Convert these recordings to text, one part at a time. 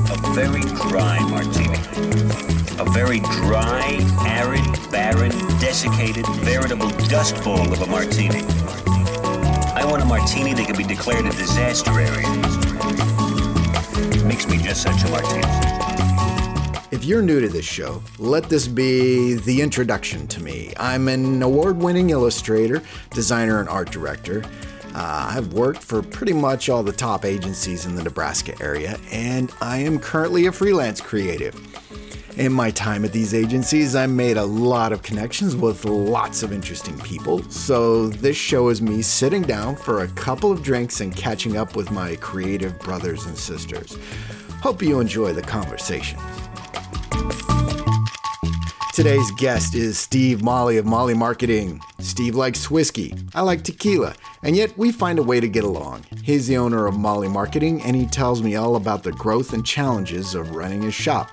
A very dry martini. A very dry, arid, barren, desiccated, veritable dust bowl of a martini. I want a martini that can be declared a disaster area. Makes me just such a martini. If you're new to this show, let this be the introduction to me. I'm an award winning illustrator, designer, and art director. Uh, I've worked for pretty much all the top agencies in the Nebraska area, and I am currently a freelance creative. In my time at these agencies, I made a lot of connections with lots of interesting people. So, this show is me sitting down for a couple of drinks and catching up with my creative brothers and sisters. Hope you enjoy the conversation. Today's guest is Steve Molly of Molly Marketing. Steve likes whiskey. I like tequila. And yet we find a way to get along. He's the owner of Molly Marketing and he tells me all about the growth and challenges of running his shop.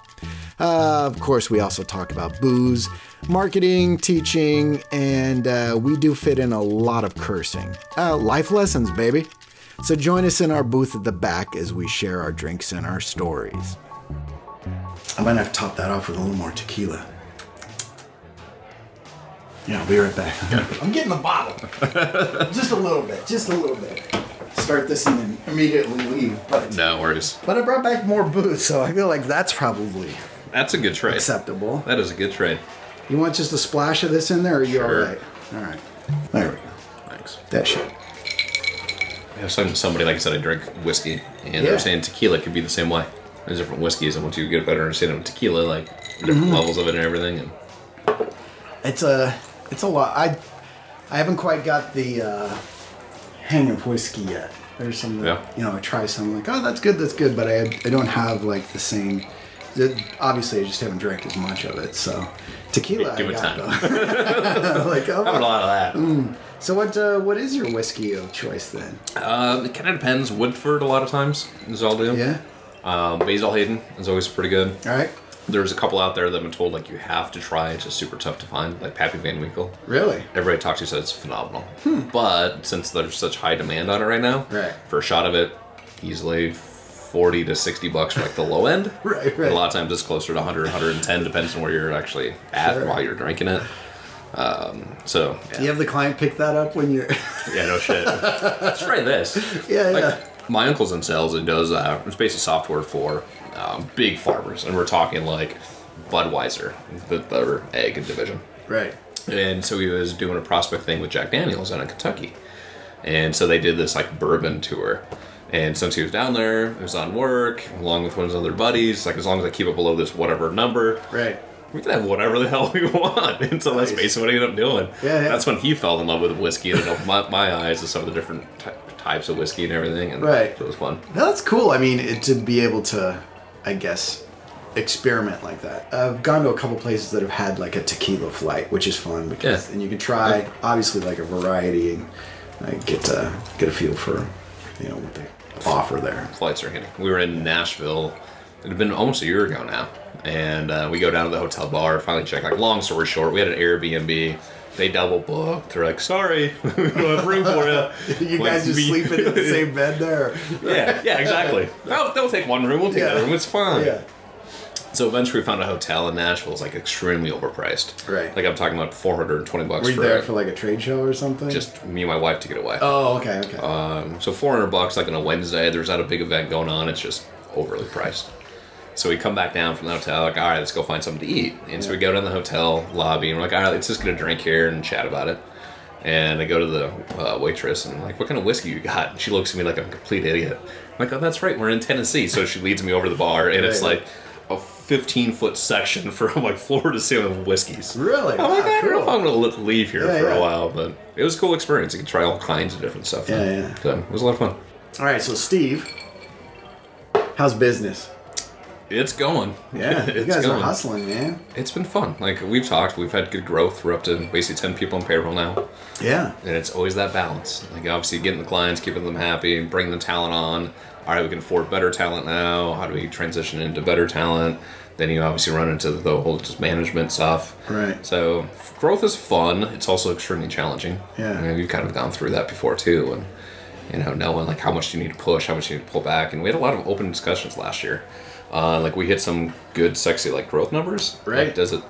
Uh, of course, we also talk about booze, marketing, teaching, and uh, we do fit in a lot of cursing. Uh, life lessons, baby. So join us in our booth at the back as we share our drinks and our stories. I might have to top that off with a little more tequila. Yeah, I'll be right back. I'm getting the bottle. just a little bit, just a little bit. Start this and then immediately leave. But, No worries. but I brought back more booze, so I feel like that's probably That's a good trade. acceptable. That is a good trade. You want just a splash of this in there, or are you Sure. all right? All right. There we go. Thanks. That shit. Yeah, some somebody like I said, I drink whiskey, and they're Yeah. saying tequila could be the same way. There's different whiskeys, and once you get a better understanding of tequila, like different Mm. levels of it and everything, and It's a, it's a lot. I, I haven't quite got the uh, hang of whiskey yet. There's some, that, Yeah. you know, I try some like, oh, that's good, that's good, but I, I don't have like the same. the- Obviously, I just haven't drank as much of it. So, tequila. Give I it got, time. though. like, oh, have a lot of that. so what? Uh, what is your whiskey of choice then? Um, it kind of depends. Woodford, a lot of times, is all I do. Yeah. Um, Basil Hayden is always pretty good. All right. There's a couple out there that I've been told like you have to try. It's just super tough to find, like Pappy Van Winkle. Really? Everybody I talk to says it's phenomenal. But since there's such high demand on it right now, Right. for a shot of it, easily 40 to 60 bucks for like the low end. Right, And right. a lot of times it's closer to 100, 110, depends on where you're actually at Sure. while you're drinking it. Um, so, yeah. Do you have the client pick that up when you're? Yeah, no shit. Let's try this. Yeah, Like, yeah. My uncle's in sales and does uh, it's basically software for um, big farmers, and we're talking like Budweiser, the, the egg division. right. And so he was doing a prospect thing with Jack Daniels out in Kentucky. And so they did this like bourbon tour. And since he was down there, it was on work, along with one of his other buddies, like as long as I keep it below this whatever number, Right. we can have whatever the hell we want. And so that's Nice. basically what I ended up doing. Yeah, yeah. That's when he fell in love with whiskey and it opened my, my eyes to some of the different ty- types of whiskey and everything. And Right. so it was fun. No, that's cool. I mean, it, to be able to, I guess, experiment like that. I've gone to a couple places that have had like a tequila flight, which is fun because Yeah. and you can try obviously like a variety and like, get to get a feel for you know what they offer there. flights are hitting. We were in Nashville. It had been almost a year ago now, and uh, we go down to the hotel bar. Finally, check. Like, long story short, we had an Airbnb. They double booked. They're like, "Sorry, we don't have room for you." You Like, guys just we- sleeping in the same bed there. yeah, yeah, exactly. They'll, they'll take one room. We'll take Yeah. that room. It's fine. Yeah. So eventually, we found a hotel in Nashville. It's like extremely overpriced. Right. Like I'm talking about 420 bucks Were you for, there a- for like a trade show or something? just me and my wife to get away. Oh, okay, okay. Um, so 400 bucks like on a Wednesday. There's not a big event going on. It's just overly priced. So we come back down from the hotel, like, all right, let's go find something to eat. And so we go down to the hotel lobby and we're like, all right, let's just get a drink here and chat about it. And I go to the uh, waitress and I'm like, what kind of whiskey you got? And she looks at me like I'm a complete idiot. I'm like, oh, that's right, we're in Tennessee. So she leads me over to the bar and it's Right. like a 15 foot section from like floor to ceiling of whiskeys. Really? I'm like, Wow, I don't know if cool. I'm going to leave here Yeah, for yeah. a while, Oh, but it was a cool experience. You could try all kinds of different stuff. Yeah, then. yeah. So it was a lot of fun. All right, so Steve, how's business? It's going. Yeah, you it's guys going. are hustling, man. It's been fun. Like we've talked, we've had good growth. We're up to basically ten people in payroll now, Yeah. and it's always that balance. Like obviously getting the clients, keeping them happy, and bringing the talent on. All right, we can afford better talent now. How do we transition into better talent? Then you obviously run into the whole just management stuff. Right. So f- growth is fun. It's also extremely challenging. Yeah. I mean, we've kind of gone through that before too, and you know, knowing like how much you need to push, how much you need to pull back, and we had a lot of open discussions last year. Uh, like we hit some good, sexy like growth numbers. Right. Like, does it?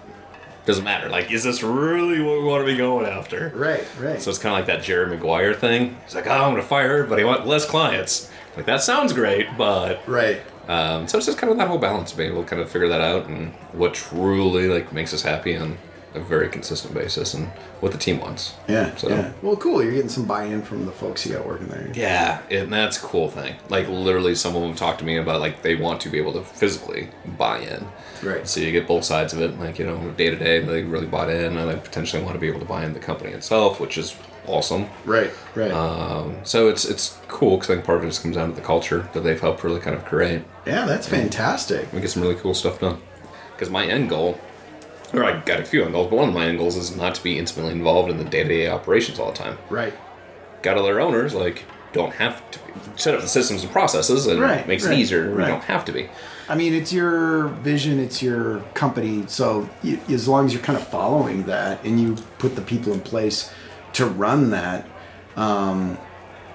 Doesn't matter. Like, is this really what we want to be going after? Right, right. So it's kind of like that Jerry Maguire thing. He's like, oh, I'm gonna fire everybody. I want less clients. Like that sounds great, but right. um, so it's just kind of that whole balance, being able to kind of figure that out and what truly like makes us happy on a very consistent basis and what the team wants. Yeah. So yeah. Well, cool. You're getting some buy-in from the folks you got working there. yeah, and that's a cool thing. Like literally, some of them talk to me about like they want to be able to physically buy in. Right. So you get both sides of it. Like you know, day to day, they really bought in, and they potentially want to be able to buy in the company itself, which is awesome. Right. Right. Um, so it's it's cool because I think part of it just comes down to the culture that they've helped really kind of create. yeah, that's fantastic. we get some really cool stuff done. Because my end goal, or I got a few end goals, but one of my end goals is not to be intimately involved in the day-to-day operations all the time. Right. Got other owners like don't have to be, set up the systems and processes, and Right, makes right, it easier. right. We don't have to be. I mean, it's your vision, it's your company. So you, as long as you're kind of following that and you put the people in place to run that, um,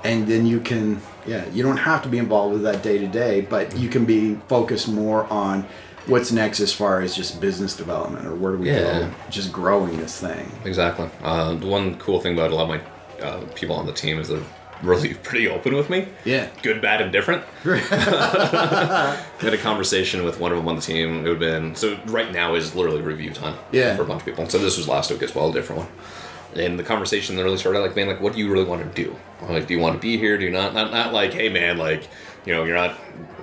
and then you can, yeah, you don't have to be involved with that day to day, but you can be focused more on what's next as far as just business development or where do we Yeah. go, just growing this thing. Exactly. Uh, the one cool thing about a lot of my uh, people on the team is they're really pretty open with me. Yeah. Good, bad, and different. I had a conversation with one of them on the team. It would have been so. Right now is literally review time. Yeah. For a bunch of people. So this was last week as well, a different one. And the conversation really started like, man, like, what do you really want to do? Like, do you want to be here? Do you not? Not, not like, hey, man, like, you know, you're not,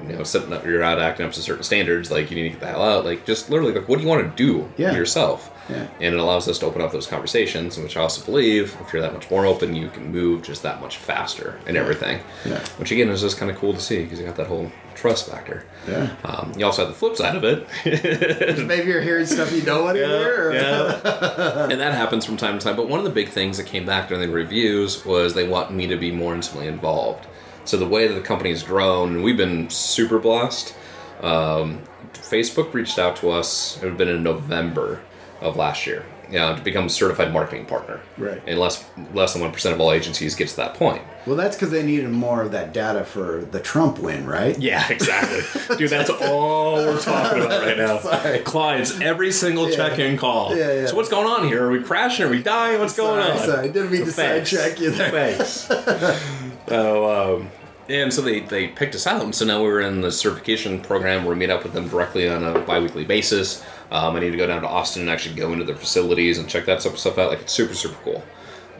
you know, setting up, you're not acting up to certain standards. Like, you need to get the hell out. Like, just literally, like, what do you want to do Yeah. yourself? Yeah. And it allows us to open up those conversations, which I also believe if you're that much more open, you can move just that much faster and everything. Yeah. Which again is just kind of cool to see because you got that whole trust factor. Yeah. Um, you also have the flip side of it. Maybe you're hearing stuff you don't want to hear. Or? Yeah. and that happens from time to time. But one of the big things that came back during the reviews was they want me to be more intimately involved. So the way that the company's grown, and we've been super blessed. Um, Facebook reached out to us. It would have been in November of last year. Yeah, to become a certified marketing partner. Right. And less less than one percent of all agencies gets to that point. Well, that's because they needed more of that data for the Trump win, right? Yeah, exactly. Dude, that's all we're talking about right now. Sorry. Clients, every single check-in call. Yeah, yeah. So what's going on here? Are we crashing? Are we dying? What's going Sorry, on? sorry. Didn't mean to Thanks. sidetrack you there. Thanks. so, um, and so they, they picked us out, and so now we're in the certification program. We meet up with them directly on a bi-weekly basis. Um, I need to go down to Austin and actually go into their facilities and check that stuff, stuff out. Like, it's super, super cool.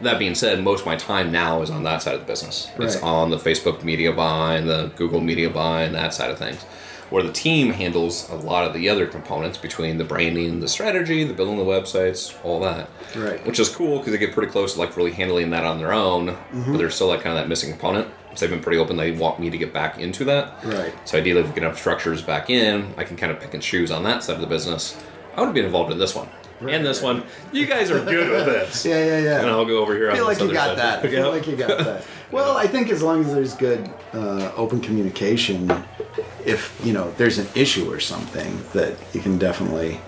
That being said, most of my time now is on that side of the business. It's Right. on the Facebook media buy and the Google media buy and that side of things. Where the team handles a lot of the other components between the branding, the strategy, the building of the websites, all that Right. which is cool because they get pretty close to like really handling that on their own, but Mm-hmm. they're still like kind of that missing component. So they've been pretty open. They want me to get back into that. Right. So ideally, if we can have structures back in, I can kind of pick and choose on that side of the business. I want to be involved in this one and this one. You guys are good with this. Yeah, yeah, yeah. And I'll go over here. I feel on like this you other got side. that. I feel Yeah. like you got that. Well, I think as long as there's good uh, open communication, if you know there's an issue or something, that you can definitely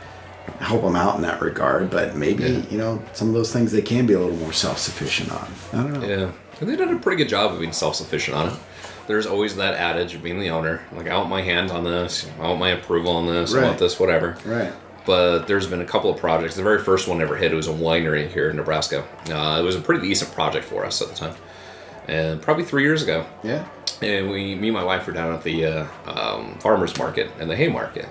help them out in that regard. But maybe you know some of those things they can be a little more self-sufficient on. I don't know. Yeah, and they did a pretty good job of being self-sufficient on it. There's always that adage of being the owner, like I want my hands on this, I want my approval on this, I Right. want this, whatever. Right. But there's been a couple of projects. The very first one I ever hit it was a winery here in Nebraska. Uh, it was a pretty decent project for us at the time, and probably three years ago. Yeah. And we, me and my wife were down at the uh, um, farmers market and the hay market,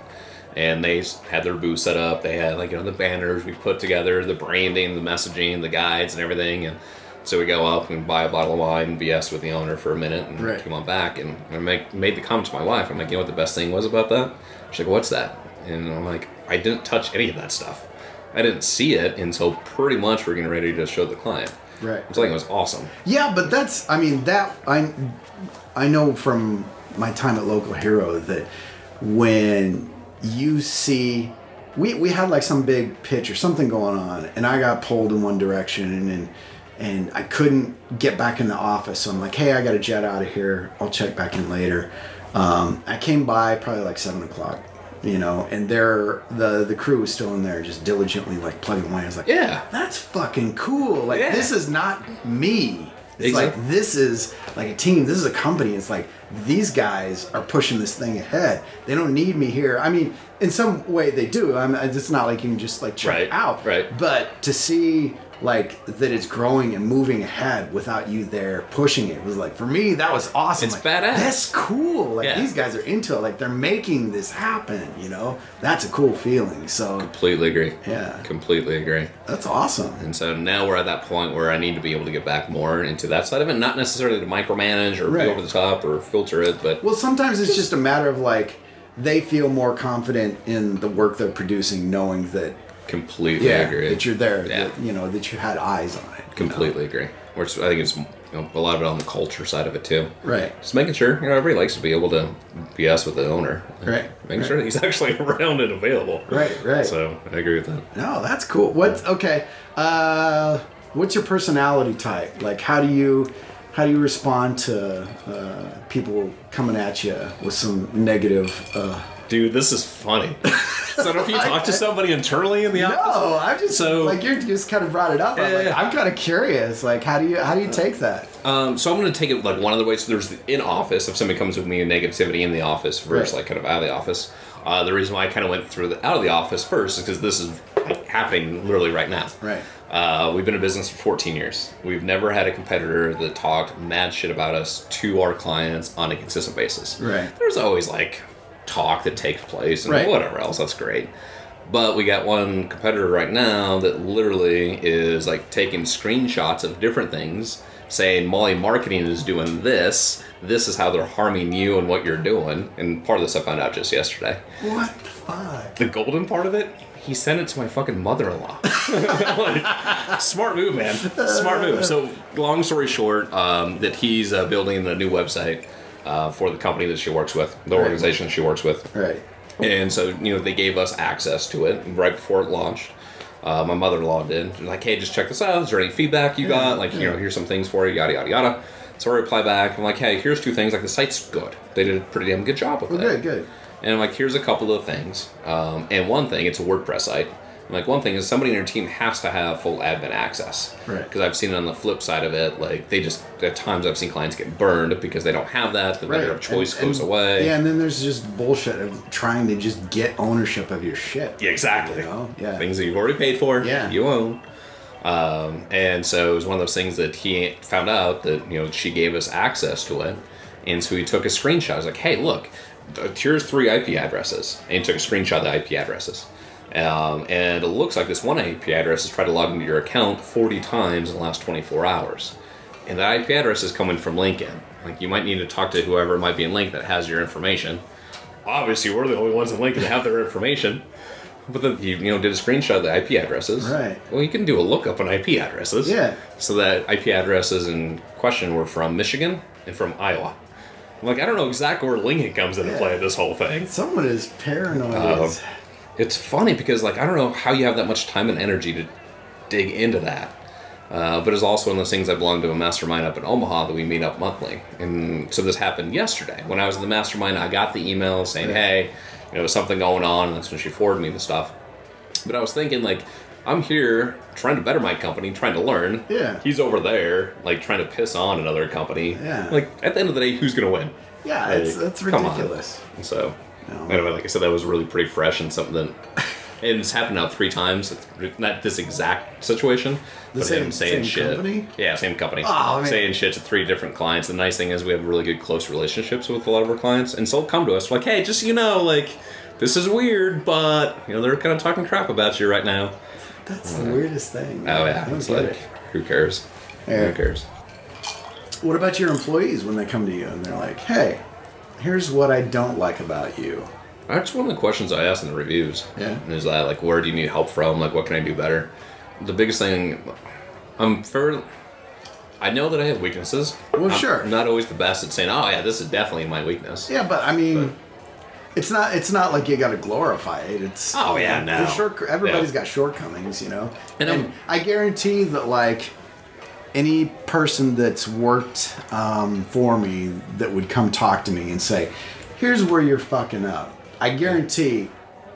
and they s- had their booth set up. They had like you know the banners we put together, the branding, the messaging, the guides, and everything. And so we go up and buy a bottle of wine, BS with the owner for a minute, and Right. came on back. And I make, made the comment to my wife. I'm like, you know what the best thing was about that? She's like, what's that? And I'm like, I didn't touch any of that stuff. I didn't see it until pretty much we're getting ready to show the client. Right. I'm telling you, it was awesome. Yeah, but that's I mean that I I know from my time at Local Hero that when you see we, we had like some big pitch or something going on and i got pulled in one direction and, and and i couldn't get back in the office so i'm like hey i gotta jet out of here i'll check back in later um, i came by probably like seven o'clock you know and they're the the crew was still in there just diligently like plugging away i was like Yeah. that's fucking cool like Yeah. this is not me it's Exactly. like this is like a team. This is a company. It's like these guys are pushing this thing ahead. They don't need me here. I mean, in some way they do. I'm, it's not like you can just like check Right, out. right. But to see like that it's growing and moving ahead without you there pushing it was like for me that was awesome. It's Like, badass. That's cool. Like Yeah. these guys are into it. Like they're making this happen. You know, that's a cool feeling. So Completely agree. Yeah. Completely agree. that's awesome. And so now we're at that point where I need to be able to get back more into that side of it, not necessarily to micromanage or Right. be over the top or filter it, but Well, sometimes it's just a matter of like they feel more confident in the work they're producing, knowing that completely yeah, agree. that you're there, Yeah. that, you know, that you had eyes on it. you know? completely agree. Which I think is you know, a lot of it on the culture side of it too. Right. Just making sure you know everybody likes to be able to be us with the owner. Right, Making right. sure that he's actually around and available. Right, right. So I agree with that. No, that's cool. What? Okay. Uh, what's your personality type? Like, how do you how do you respond to uh, people coming at you with some negative? Uh, Dude, this is funny. so I don't know if you talk to somebody internally in the no, Oh, I just So- like you just kind of brought it up. I'm, Yeah, like, yeah. I'm kind of curious. Like, how do you how do Uh, you take that? Um, so I'm going to take it like one of the ways. So there's the in office. If somebody comes with me in negativity in the office versus Right. like kind of out of the office. Uh, the reason why I kind of went through the out of the office first is because this is like, happening literally right now. Right. Uh, we've been in business for 14 years. We've never had a competitor that talked mad shit about us to our clients on a consistent basis. Right. There's always like talk that takes place and Right. whatever else. That's great. But we got one competitor right now that literally is like taking screenshots of different things, saying Molly Marketing is doing this. This is how they're harming you and what you're doing. And part of this I found out just yesterday. What the fuck? The golden part of it, he sent it to my fucking mother-in-law. Like, smart move, man. Smart move. So, long story short, um, that he's uh, building a new website uh, for the company that she works with, the organization she works with. Right. And so, you know, they gave us access to it right before it launched. Uh, my mother-in-law did. She's like, hey, just check this out. Is there any feedback you got? Like, you know, here's some things for you, yada, yada, yada. So I reply back. I'm like, hey, here's two things. Like, the site's good. They did a pretty damn good job with Well, it. good, good. And I'm like, here's a couple of things. Um, and one thing, it's a WordPress site. I'm like, one thing is somebody in your team has to have full admin access. Right. Because I've seen it on the flip side of it. Like, they just, at times I've seen clients get burned because they don't have that. The vendor of choice and- goes and- away. Yeah, and then there's just bullshit of trying to just get ownership of your shit. Yeah, exactly. You know? Yeah. Things that you've already paid for. Yeah. You own. Um, and so it was one of those things that he found out that you know she gave us access to it, and so he took a screenshot. I was like, "Hey, look, th- here's three IP addresses," and he took a screenshot of the IP addresses. Um, and it looks like this one IP address has tried to log into your account 40 times in the last 24 hours, and that IP address is coming from LinkedIn. Like you might need to talk to whoever might be in Link that has your information. Obviously, we're the only ones in LinkedIn that have their information. But then he, you know, did a screenshot of the IP addresses. Right. Well, you can do a lookup on IP addresses. Yeah. So that IP addresses in question were from Michigan and from Iowa. I'm like, I don't know exactly where Lincoln comes into play in this whole thing. Someone is paranoid. Um, as- it's funny because like I don't know how you have that much time and energy to dig into that. Uh, but it's also one of those things I belong to a mastermind up in Omaha that we meet up monthly. And so this happened yesterday. When I was in the mastermind, I got the email saying, hey, you know, something going on. And that's when she forwarded me the stuff. But I was thinking, like, I'm here trying to better my company, trying to learn. Yeah. He's over there, like, trying to piss on another company. Yeah. Like, at the end of the day, who's going to win? yeah, it's Like, that's come on. ridiculous. And so, No. anyway, like I said, that was really pretty fresh and something that. And it's happened now three times. It's Not this exact situation, but same- him saying same shit. company? Yeah, same company. Oh, man. Saying shit to three different clients. The nice thing is we have really good close relationships with a lot of our clients, and so they'll come to us like, "Hey, just so you know, like, this is weird, but you know they're kind of talking crap about you right now." That's the weirdest thing. Oh yeah, I don't it's get like, it. who cares? Yeah. Who cares? What about your employees when they come to you and they're like, "Hey, here's what I don't like about you." That's one of the questions I asked in the reviews. Yeah. Is that like where do you need help from? Like what can I do better? The biggest thing I'm fair I know that I have weaknesses. Well, I'm sure. Not always the best at saying, Oh yeah, this is definitely my weakness. Yeah, but I mean, It's not. It's not like you got to glorify it. It's Oh, yeah, no. there's Short, everybody's Yeah. got shortcomings, you know. And And, I'm- I guarantee that like any person that's worked um, for me that would come talk to me and say, "Here's where you're fucking up." I guarantee.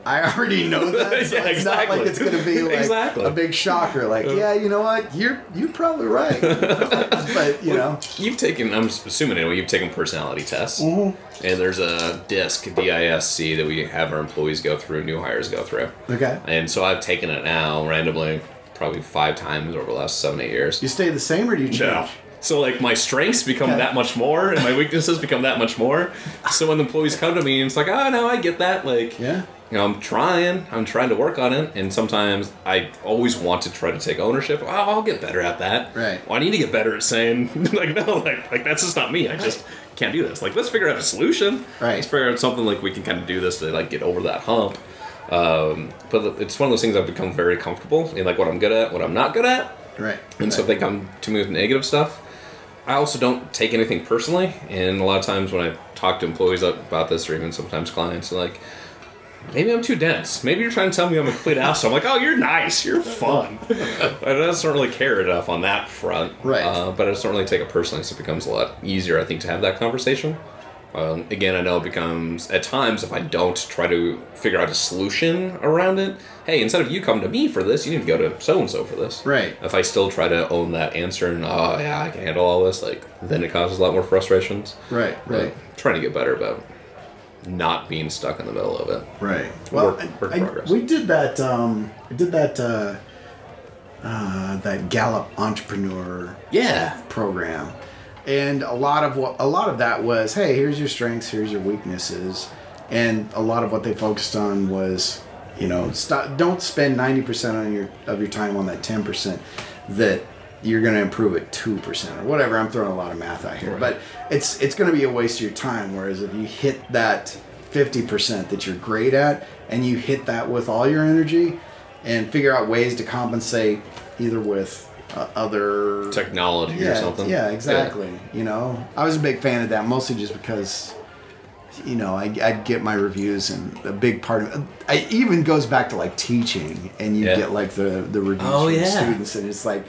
I already know that. So Yeah, it's not exactly. like it's going to be like Exactly. a big shocker. Like, yeah, you know what? You're you're probably right. but you know, You've taken, I'm assuming anyway, you've taken personality tests. Mm-hmm. And there's a DISC, D-I-S-C, that we have our employees go through, new hires go through. okay. And so I've taken it now randomly, probably five times over the last seven, eight years. You stay the same or do you change? Yeah. So like my strengths become Okay. that much more, and my weaknesses become that much more. So when the employees come to me, and it's like, oh no, I get that. Like, Yeah. you know, I'm trying, I'm trying to work on it, and sometimes I always want to try to take ownership. Oh, I'll get better at that. Right. Well, I need to get better at saying like, no, like, like that's just not me. I just can't do this. Like, let's figure out a solution. Right. Let's figure out something like we can kind of do this to like get over that hump. Um, but it's one of those things I've become very comfortable in, like what I'm good at, what I'm not good at, Right. and so if they come to me with negative stuff, I also don't take anything personally. And a lot of times when I talk to employees about this, or even sometimes clients, they're like, maybe I'm too dense. Maybe you're trying to tell me I'm a complete asshole. I'm like, oh, you're nice. You're fun. I just don't really care enough on that front. Right. Uh, but I just don't really take it personally, so it becomes a lot easier, I think, to have that conversation. Um, again, I know it becomes at times if I don't try to figure out a solution around it. Hey, instead of you come to me for this, you need to go to so and so for this. Right. If I still try to own that answer and oh yeah, I can handle all this, like then it causes a lot more frustrations. Right, But right. trying to get better about not being stuck in the middle of it. Right. Well, Work- I- work I- progress. we did that. Um, I did that. Uh, uh, that Gallup entrepreneur Yeah. program, and a lot of what a lot of that was, hey, here's your strengths, here's your weaknesses, and a lot of what they focused on was, you know, stop, don't spend ninety percent on your of your time on that ten percent that you're going to improve at two percent or whatever. I'm throwing a lot of math out here, but it's it's going to be a waste of your time. Whereas if you hit that fifty percent that you're great at, and you hit that with all your energy, and figure out ways to compensate either with uh, other Technology yeah, or something. Yeah, exactly. You know, I was a big fan of that mostly just because, you know, I, I'd get my reviews and a big part of it even goes back to like teaching and you Yeah. get like the, the reviews Oh, from the yeah. students and it's like,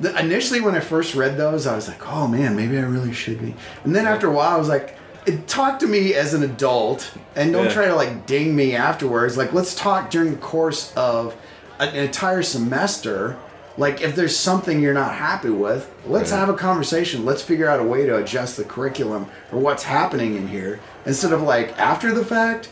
the, initially when I first read those, I was like, oh man, maybe I really should be. And then after a while, I was like, it, talk to me as an adult and don't Yeah. try to like ding me afterwards. Like, let's talk during the course of an entire semester. Like, if there's something you're not happy with, let's Yeah. have a conversation. Let's figure out a way to adjust the curriculum or what's happening in here instead of like after the fact.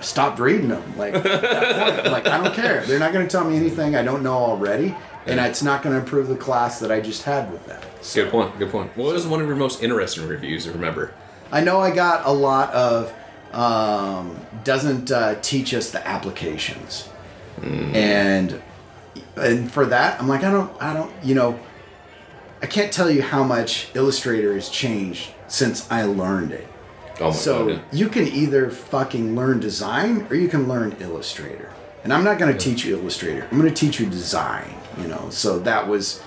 I Stopped reading them. Like, at that point, I'm like I don't care. They're not going to tell me anything I don't know already, and it's not going to improve the class that I just had with them. Good point. Good point. What was one of your most interesting reviews? I Remember? I know I got a lot of um, doesn't uh, teach us the applications, and and for that I'm like I don't I don't you know I can't tell you how much Illustrator has changed since I learned it. Oh my So god. yeah. you can either fucking learn design or you can learn Illustrator. And I'm not going to teach you Illustrator. I'm going to teach you design. You know, so that was.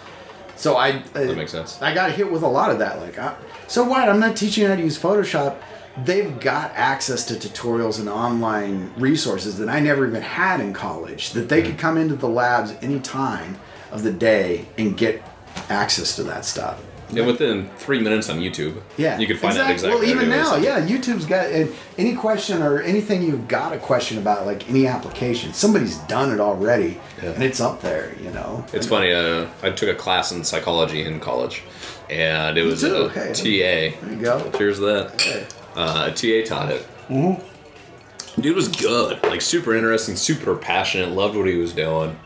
So I. that makes sense. I got hit with a lot of that. Like, I, so what? I'm not teaching you how to use Photoshop. They've got access to tutorials and online resources that I never even had in college. That Mm-hmm. they could come into the labs any time of the day and get access to that stuff. And within three minutes on YouTube, Yeah, you could find out exact- exactly. Well, even what it now, is. yeah, YouTube's got and any question or anything you've got a question about, like any application, somebody's done it already, Yeah. and it's up there. You know, It's funny. Uh, I took a class in psychology in college, and it was too, a okay. TA. There you go. Cheers to that. Okay. Uh, TA taught it. Dude was good. Like super interesting, super passionate. Loved what he was doing.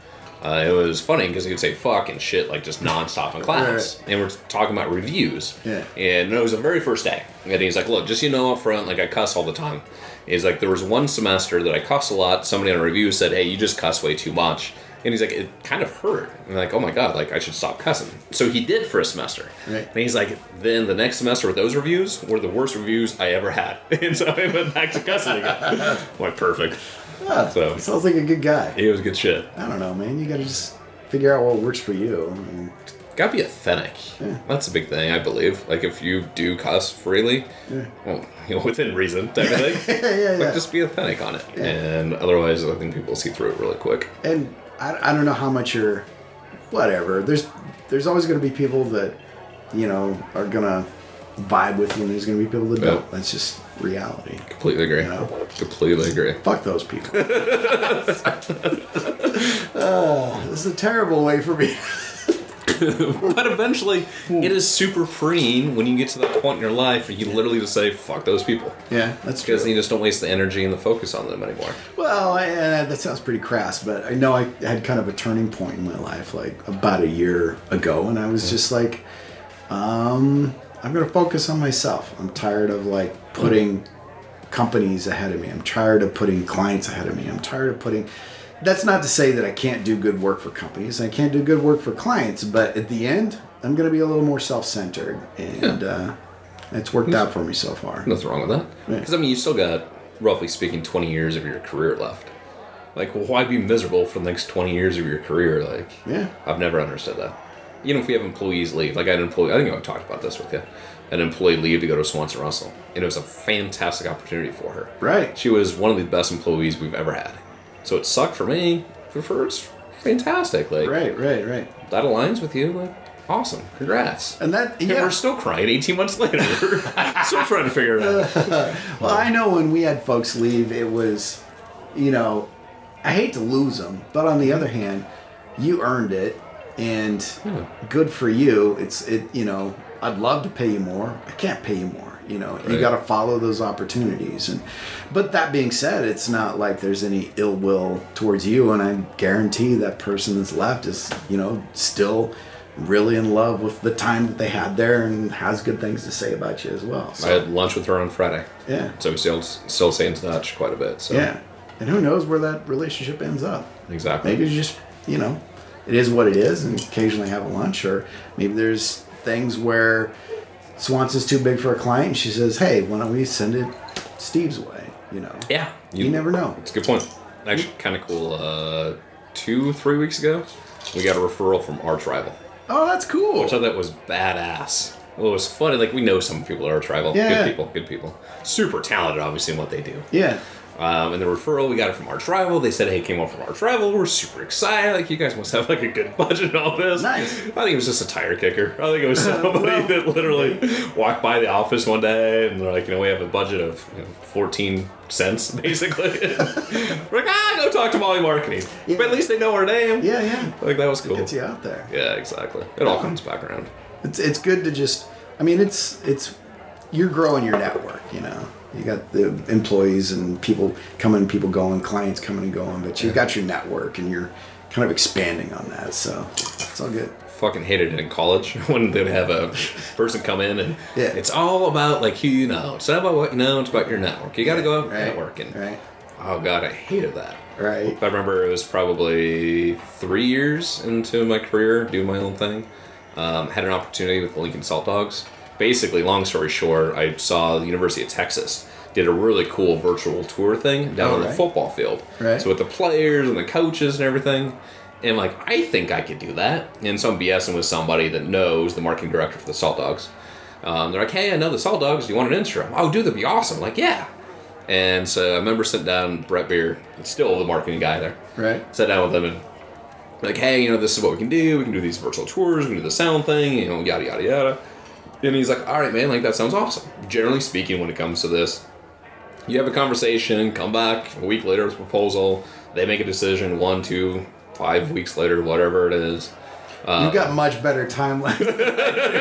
Uh, it was funny because he would say "fuck" and "shit" like just nonstop in class, and we're talking about reviews. Yeah. And it was the very first day, and he's like, "Look, just so you know up front, like I cuss all the time." He's like, "There was one semester that I cuss a lot. Somebody on a review said, hey, you just cuss way too much.'" And he's like, "It kind of hurt." And I'm like, "Oh my god, like I should stop cussing." So he did for a semester. Right. And he's like, "Then the next semester with those reviews were the worst reviews I ever had." And so I went back to cussing again. i like perfect. Yeah, So- sounds like a good guy. It was good shit. I don't know, man. You gotta just figure out what works for you. and gotta be authentic. That's a big thing, I believe. Like if you do cuss freely, well, you know, within reason, type of thing. Yeah, yeah, Like yeah. just be authentic on it, and otherwise, I think people see through it really quick. and I, I don't know how much you're whatever there's there's always going to be people that you know are gonna vibe with you and there's gonna be people that Yeah. don't that's just reality Completely agree. Yeah. Completely agree. fuck those people oh this is a terrible way for me But eventually, it is super freeing when you get to that point in your life where you literally just say, "Fuck those people," yeah that's because true you just don't waste the energy and the focus on them anymore. well I, and that sounds pretty crass but i know i had kind of a turning point in my life like about a year ago and i was just like um i'm gonna focus on myself i'm tired of like putting companies ahead of me. I'm tired of putting clients ahead of me. I'm tired of putting. That's not to say that I can't do good work for companies. I can't do good work for clients. But at the end, I'm going to be a little more self-centered, and uh, it's worked out for me so far. Nothing wrong with that. Yeah. Because I mean, you still got, roughly speaking, 20 years of your career left. Like, why be miserable for the next 20 years of your career? Like, Yeah. I've never understood that. Even if we have employees leave, like I had an employee, I think I've talked about this with you, an employee leave to go to Swanson Russell, and it was a fantastic opportunity for her. Right. She was one of the best employees we've ever had. So it sucked for me, but for her, it's fantastic. Like Right. Right. Right. that aligns with you. Like, awesome, congrats. And that And yeah. we're still crying 18 months later. still trying to figure it out. Uh. Well, I know when we had folks leave, it was, you know, I hate to lose them, but on the other hand, you earned it, and good for you. It's it, you know. I'd love to pay you more. I can't pay you more. You know, you Right. got to follow those opportunities. And, but that being said, it's not like there's any ill will towards you. And I guarantee that person that's left is, you know, still really in love with the time that they had there and has good things to say about you as well. I So, had lunch with her on Friday. yeah. So we still still stay in touch quite a bit. So Yeah. And who knows where that relationship ends up? exactly. Maybe it's just, you know, it is what it is and occasionally have a lunch, or maybe there's things where Swanson's too big for a client and she says, hey, why don't we send it Steve's way? You know? Yeah. You, never know. It's a good point. Actually, kind of cool. Uh, two, three weeks ago, we got a referral from Arch Rival. Oh, that's cool. So that was badass. Well, it was funny. Like we know some people at Arch Rival. Yeah. Good people. Good people. Super talented, obviously, in what they do. Yeah. Um, and the referral we got it from Arch Rival. They said, "Hey, it came up from Arch Rival. We're super excited. Like you guys must have like a good budget and all this." Nice. I think it was just a tire kicker. I think it was somebody that literally walked by the office one day and they're like, "You know, we have a budget of you know, fourteen cents, basically." we're like, "Ah, go talk to Molly Marketing." Yeah. But at least they know our name. Yeah, yeah. Like that was cool. Gets you out there. Yeah, exactly. It all comes back around. It's, it's good to just, I mean, it's, it's, you're growing your network, you know? You got the employees and people coming, people going, clients coming and going, but you've got your network and you're kind of expanding on that. So it's all good. fucking hated it in college when they'd have a person come in and Yeah. it's all about like who you know. It's not about what you know, it's about your network. You gotta go out and Right, network and right, oh god, I hated that. right. I remember it was probably three years into my career doing my own thing. Um, had an opportunity with the Lincoln Salt Dogs. Basically, long story short, I saw the University of Texas did a really cool virtual tour thing down on the Alright. football field. Right. So with the players and the coaches and everything. And like, I think I could do that. And so I'm BSing with somebody that knows the marketing director for the Salt Dogs. Um, they're like, hey, I know the Salt Dogs. Do you want an intro? Oh, dude, that'd be awesome. like, yeah. And so I remember sitting down, Brett Beer, still the marketing guy there Right. sat down with them and like, hey, you know, this is what we can do. We can do these virtual tours. We can do the sound thing. You know, yada yada yada. And he's like, all right, man, like that sounds awesome. Generally speaking, when it comes to this, you have a conversation, come back a week later with a proposal. They make a decision one, two, five weeks later, whatever it is. Uh, You've got much better time left.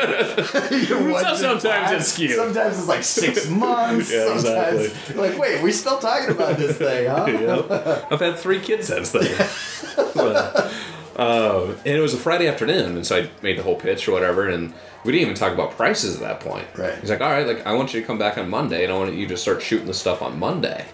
You want to Sometimes five- it's skewed. Sometimes it's like six months. Yeah, sometimes exactly. you're like, wait, we're still talking about this thing, huh? Yep. I've had three kids since then. But, um, and it was a Friday afternoon, and so I made the whole pitch or whatever, and we didn't even talk about prices at that point. Right. He's like, all right, like I want you to come back on Monday, and I want you to start shooting the stuff on Monday.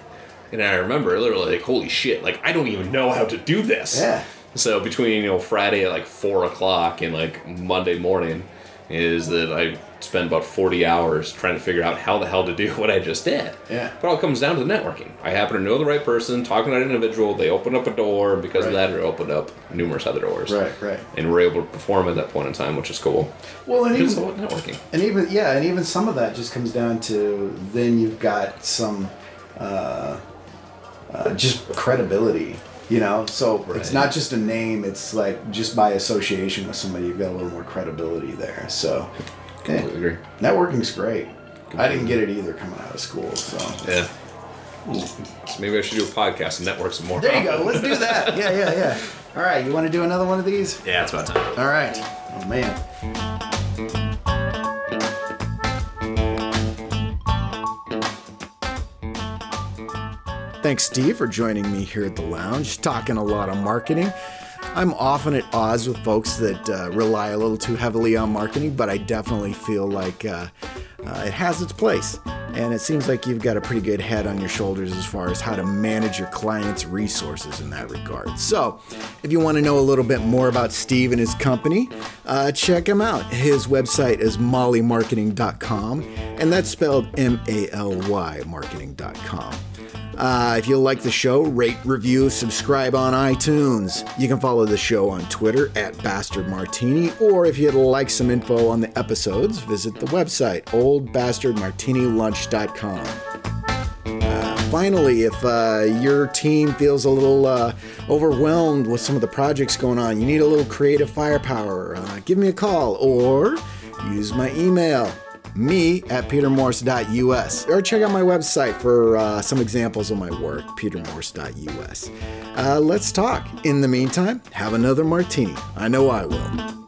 And I remember literally like, holy shit, like I don't even know how to do this. Yeah. So between you know Friday at like four o'clock and like Monday morning, is that I spend about 40 hours trying to figure out how the hell to do what I just did. Yeah. But it all comes down to networking. I happen to know the right person, talking to that individual, they open up a door, and because of Right. that, it opened up numerous other doors. Right, right. And we're able to perform at that point in time, which is cool. Well, and It's even, all about networking. and even yeah, and even some of that just comes down to then you've got some uh, uh, just credibility, you know. So it's not just a name; it's like just by association with somebody, you've got a little more credibility there. So, yeah. Completely agree. networking's great. I didn't get it either coming out of school. So Yeah. So maybe I should do a podcast and network some more. Hmm. there you go. Let's do that. Yeah, yeah, yeah. All right, you want to do another one of these? Yeah, it's about time. All right. Oh man. Thanks, Steve, for joining me here at the lounge, talking a lot on marketing. I'm often at odds with folks that uh, rely a little too heavily on marketing, but I definitely feel like uh, uh, it has its place. And it seems like you've got a pretty good head on your shoulders as far as how to manage your clients' resources in that regard. So, if you want to know a little bit more about Steve and his company, uh, check him out. His website is mollymarketing.com, and that's spelled M A L Y marketing.com. Uh, if you like the show, rate, review, subscribe on iTunes. You can follow the show on Twitter at Bastard Martini, or if you'd like some info on the episodes, visit the website oldbastardmartinilunch.com. Uh, finally, if uh, your team feels a little uh, overwhelmed with some of the projects going on, you need a little creative firepower, uh, give me a call or use my email, me at petermorse.us, or check out my website for uh, some examples of my work, petermorse.us. Uh, let's talk. In the meantime, have another martini. I know I will.